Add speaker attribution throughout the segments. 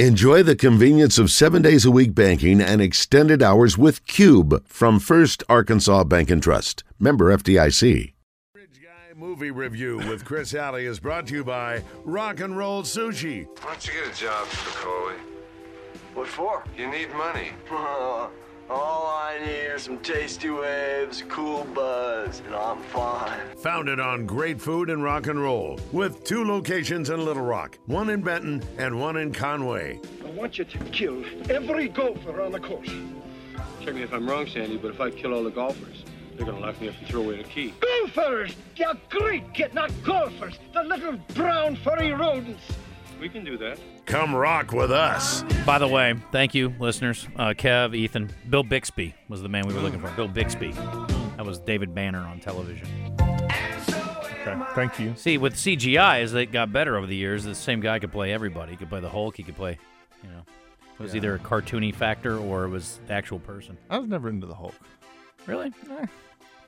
Speaker 1: Enjoy the convenience of seven days a week banking and extended hours with Cube from First Arkansas Bank and Trust. Member FDIC.
Speaker 2: Bridge Guy Movie Review with Chris Alley is brought to you by Rock and Roll Sushi.
Speaker 3: Why don't you get a job, Spicoli?
Speaker 4: What for?
Speaker 3: You need money.
Speaker 4: All I need are some tasty waves, cool buzz, and I'm fine.
Speaker 2: Founded on great food and rock and roll, with two locations in Little Rock, one in Benton and one in Conway.
Speaker 5: I want you to kill every golfer on the course.
Speaker 6: Check me if I'm wrong, Sandy, but if I kill all the golfers, they're gonna lock me up and throw away the key.
Speaker 5: Gophers! They're great kid, not golfers. The little brown furry rodents.
Speaker 6: We can do that.
Speaker 2: Come rock with us.
Speaker 7: By the way, thank you, listeners. Uh, Kev, Ethan, Bill Bixby was the man we were looking for. Bill Bixby. That was David Banner on television.
Speaker 8: Okay, thank you.
Speaker 7: See, with CGI, as it got better over the years, the same guy could play everybody. He could play the Hulk. He could play, you know, it was either a cartoony factor or it was the actual person.
Speaker 8: I was never into the Hulk.
Speaker 7: Really?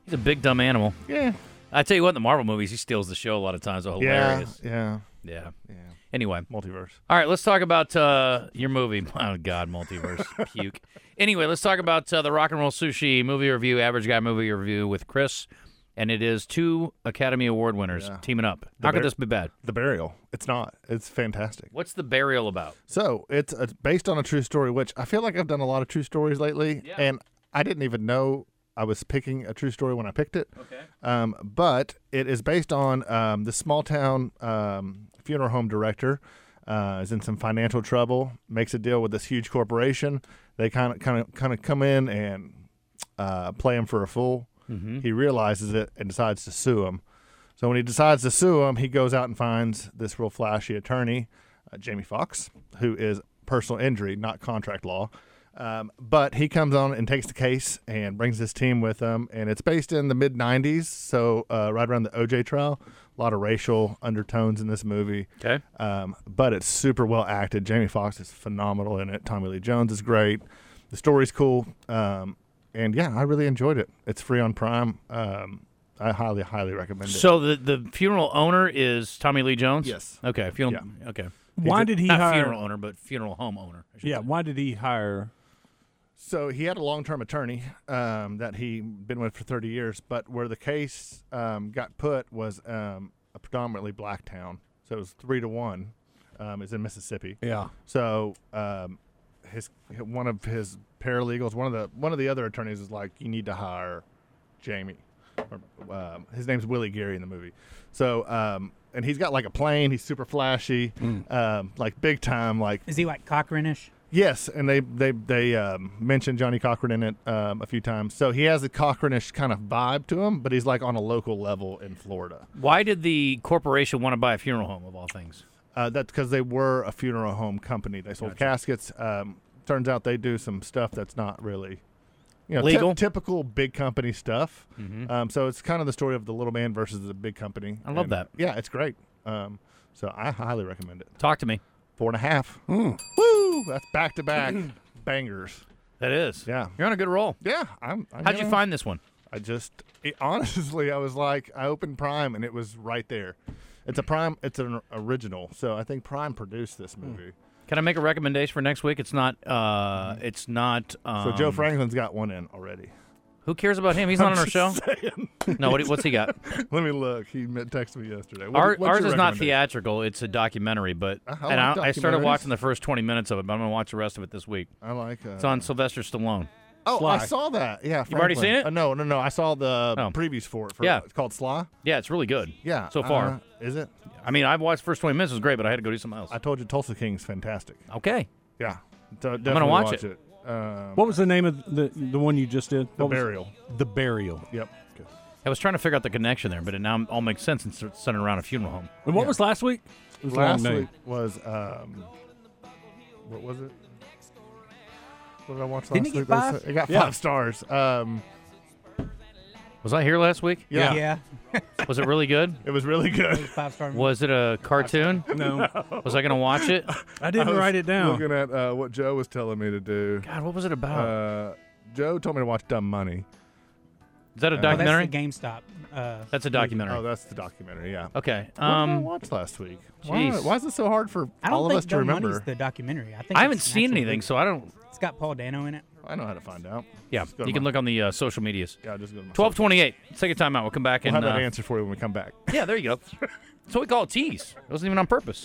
Speaker 7: He's a big dumb animal.
Speaker 8: Yeah.
Speaker 7: I tell you what, in the Marvel movies, he steals the show a lot of times. So hilarious.
Speaker 8: Yeah.
Speaker 7: Yeah.
Speaker 8: Yeah. Yeah.
Speaker 7: Anyway,
Speaker 8: Multiverse.
Speaker 7: All right, let's talk about uh, your movie. Oh God, multiverse puke. Anyway, let's talk about uh, the Rock and Roll Sushi movie review, Average Guy movie review with Chris, and it is two Academy Award winners teaming up. How could
Speaker 8: bear-
Speaker 7: this be bad?
Speaker 8: The Burial. It's not. It's fantastic.
Speaker 7: What's the burial about?
Speaker 8: So it's uh based on a true story, which I feel like I've done a lot of true stories lately, and I didn't even know I was picking a true story when I picked it. Okay. Um, but it is based on um, the small town um, funeral home director uh, is in some financial trouble, makes a deal with this huge corporation. They kind of kind of kind of come in and uh, play him for a fool. He realizes it and decides to sue him. So when he decides to sue him, he goes out and finds this real flashy attorney, uh, Jamie Fox, who is personal injury, not contract law. Um, but he comes on and takes the case and brings his team with him. And it's based in the mid 90s, so uh, right around the OJ trial. A lot of racial undertones in this movie.
Speaker 7: Okay.
Speaker 8: Um, but it's super well acted. Jamie Foxx is phenomenal in it. Tommy Lee Jones is great. The story's cool. Um, and yeah, I really enjoyed it. It's free on Prime. Um, I highly, highly recommend it.
Speaker 7: So the the funeral owner is Tommy Lee Jones.
Speaker 8: Yes.
Speaker 7: Okay. Funeral. Okay.
Speaker 9: Why did he
Speaker 7: Not
Speaker 9: hire?
Speaker 7: funeral owner, but funeral home owner. I should
Speaker 9: Yeah,
Speaker 7: say.
Speaker 9: why did he hire?
Speaker 8: So he had a long-term attorney um, that he been with for 30 years, but where the case um, got put was um, a predominantly black town. So it was three to one. Um, is in Mississippi.
Speaker 9: Yeah,
Speaker 8: So um, his one of his paralegals, one of the one of the other attorneys is like, you need to hire Jamie. Or, um, his name's Willie Gary in the movie. So um, and he's got like a plane. He's super flashy, um, like big time, like
Speaker 10: Is he like Cochran-ish?
Speaker 8: Yes, and they they they um, mentioned Johnny Cochran in it um, a few times. So he has a Cochranish kind of vibe to him, but he's like on a local level in Florida.
Speaker 7: Why did the corporation want to buy a funeral home of all things?
Speaker 8: Uh, that's because they were a funeral home company. They sold caskets. Um, turns out they do some stuff that's not really you know ty-
Speaker 7: Legal? Mm-hmm.
Speaker 8: typical big company stuff. Um, so it's kind of the story of the little man versus the big company.
Speaker 7: I love
Speaker 8: And,
Speaker 7: that.
Speaker 8: Yeah, it's great. Um, so I highly recommend it.
Speaker 7: Talk to me.
Speaker 8: Four and a half. Woo! That's back to back bangers.
Speaker 7: That is.
Speaker 8: Yeah.
Speaker 7: You're on a good roll.
Speaker 8: Yeah, I'm. I'm
Speaker 7: How'd you
Speaker 8: gonna-
Speaker 7: find this one?
Speaker 8: I just it, honestly, I was like, I opened Prime and it was right there. It's a Prime. It's an original, so I think Prime produced this
Speaker 7: Hmm.
Speaker 8: movie.
Speaker 7: Can I make a recommendation for next week? It's not. Uh, it's not. Um,
Speaker 8: So Joe Franklin's got one in already.
Speaker 7: Who cares about him? He's not on our show. No, what, what's he got?
Speaker 8: Let me look. He met- texted me yesterday. What-
Speaker 7: Our,
Speaker 8: what's
Speaker 7: ours
Speaker 8: your
Speaker 7: is not
Speaker 8: recommendation? Uh,
Speaker 7: theatrical. It's a documentary, but
Speaker 8: I- I
Speaker 7: and
Speaker 8: like
Speaker 7: I, I started
Speaker 8: documentaries.
Speaker 7: watching the first twenty minutes of it, but I'm gonna watch the rest of it this week.
Speaker 8: I like. Uh,
Speaker 7: It's on Sylvester Stallone.
Speaker 8: oh,
Speaker 7: Sly.
Speaker 8: I saw that. Yeah,
Speaker 7: You've already
Speaker 8: Franklin.
Speaker 7: seen it?
Speaker 8: Uh, no, no, no. I saw the
Speaker 7: Oh.
Speaker 8: previews for it. For,
Speaker 7: Yeah.
Speaker 8: it's called Sly.
Speaker 7: Yeah, it's really good.
Speaker 8: Yeah.
Speaker 7: So far,
Speaker 8: uh, is it?
Speaker 7: I mean, I've watched the first twenty minutes. It was great, but I had to go do something else.
Speaker 8: I told you, Tulsa King's fantastic.
Speaker 7: okay.
Speaker 8: Yeah, so definitely
Speaker 7: watch
Speaker 8: watch
Speaker 7: it.
Speaker 8: it. Um,
Speaker 9: what was the name of the the one you just did?
Speaker 8: The
Speaker 9: What was it?
Speaker 8: Burial.
Speaker 9: The burial.
Speaker 8: Yep.
Speaker 7: I was trying to figure out the connection there, but it now all makes sense and it's centered around a funeral home.
Speaker 9: And what was last week? It was a long
Speaker 8: Last
Speaker 9: name.
Speaker 8: week was um, what was it? What did I watch
Speaker 10: Didn't
Speaker 8: last
Speaker 10: it get
Speaker 8: week? that was-
Speaker 10: five?
Speaker 8: It got
Speaker 9: Yeah.
Speaker 8: five stars. Um,
Speaker 7: Was I here last week?
Speaker 8: yeah,
Speaker 10: Yeah.
Speaker 7: Was it really good?
Speaker 8: it was really good.
Speaker 10: Five star.
Speaker 7: Was it a cartoon?
Speaker 9: No,
Speaker 7: Was I gonna watch it?
Speaker 9: I didn't
Speaker 8: was
Speaker 9: write it down.
Speaker 8: Looking at uh, what Joe was telling me to do,
Speaker 7: God, what was it about?
Speaker 8: uh, Joe told me to watch Dumb Money,
Speaker 7: Is that a
Speaker 9: Oh,
Speaker 7: documentary?
Speaker 9: that's the GameStop. Uh,
Speaker 7: That's a documentary.
Speaker 8: Oh, that's the documentary. Yeah.
Speaker 7: okay.
Speaker 8: What did I
Speaker 7: Um,
Speaker 8: watch last week? Why,
Speaker 7: jeez.
Speaker 8: why is it so hard for
Speaker 9: I don't
Speaker 8: all of
Speaker 9: think
Speaker 8: us to
Speaker 9: Dumb Money's
Speaker 8: remember?
Speaker 9: the documentary. I think
Speaker 7: I haven't
Speaker 9: it's an
Speaker 7: seen
Speaker 9: actual
Speaker 7: anything,
Speaker 9: movie.
Speaker 7: so I don't.
Speaker 9: It's got Paul Dano in it.
Speaker 8: I know how to find out.
Speaker 7: Yeah,
Speaker 8: Just go to
Speaker 7: you can
Speaker 8: my-
Speaker 7: look on the uh, social medias.
Speaker 8: Yeah, just go to my-
Speaker 7: 1228. Let's take a timeout. We'll come back
Speaker 8: We'll
Speaker 7: and.
Speaker 8: have that
Speaker 7: uh,
Speaker 8: answer for you when we come back.
Speaker 7: yeah, there you go. So we call it tease. It wasn't even on purpose.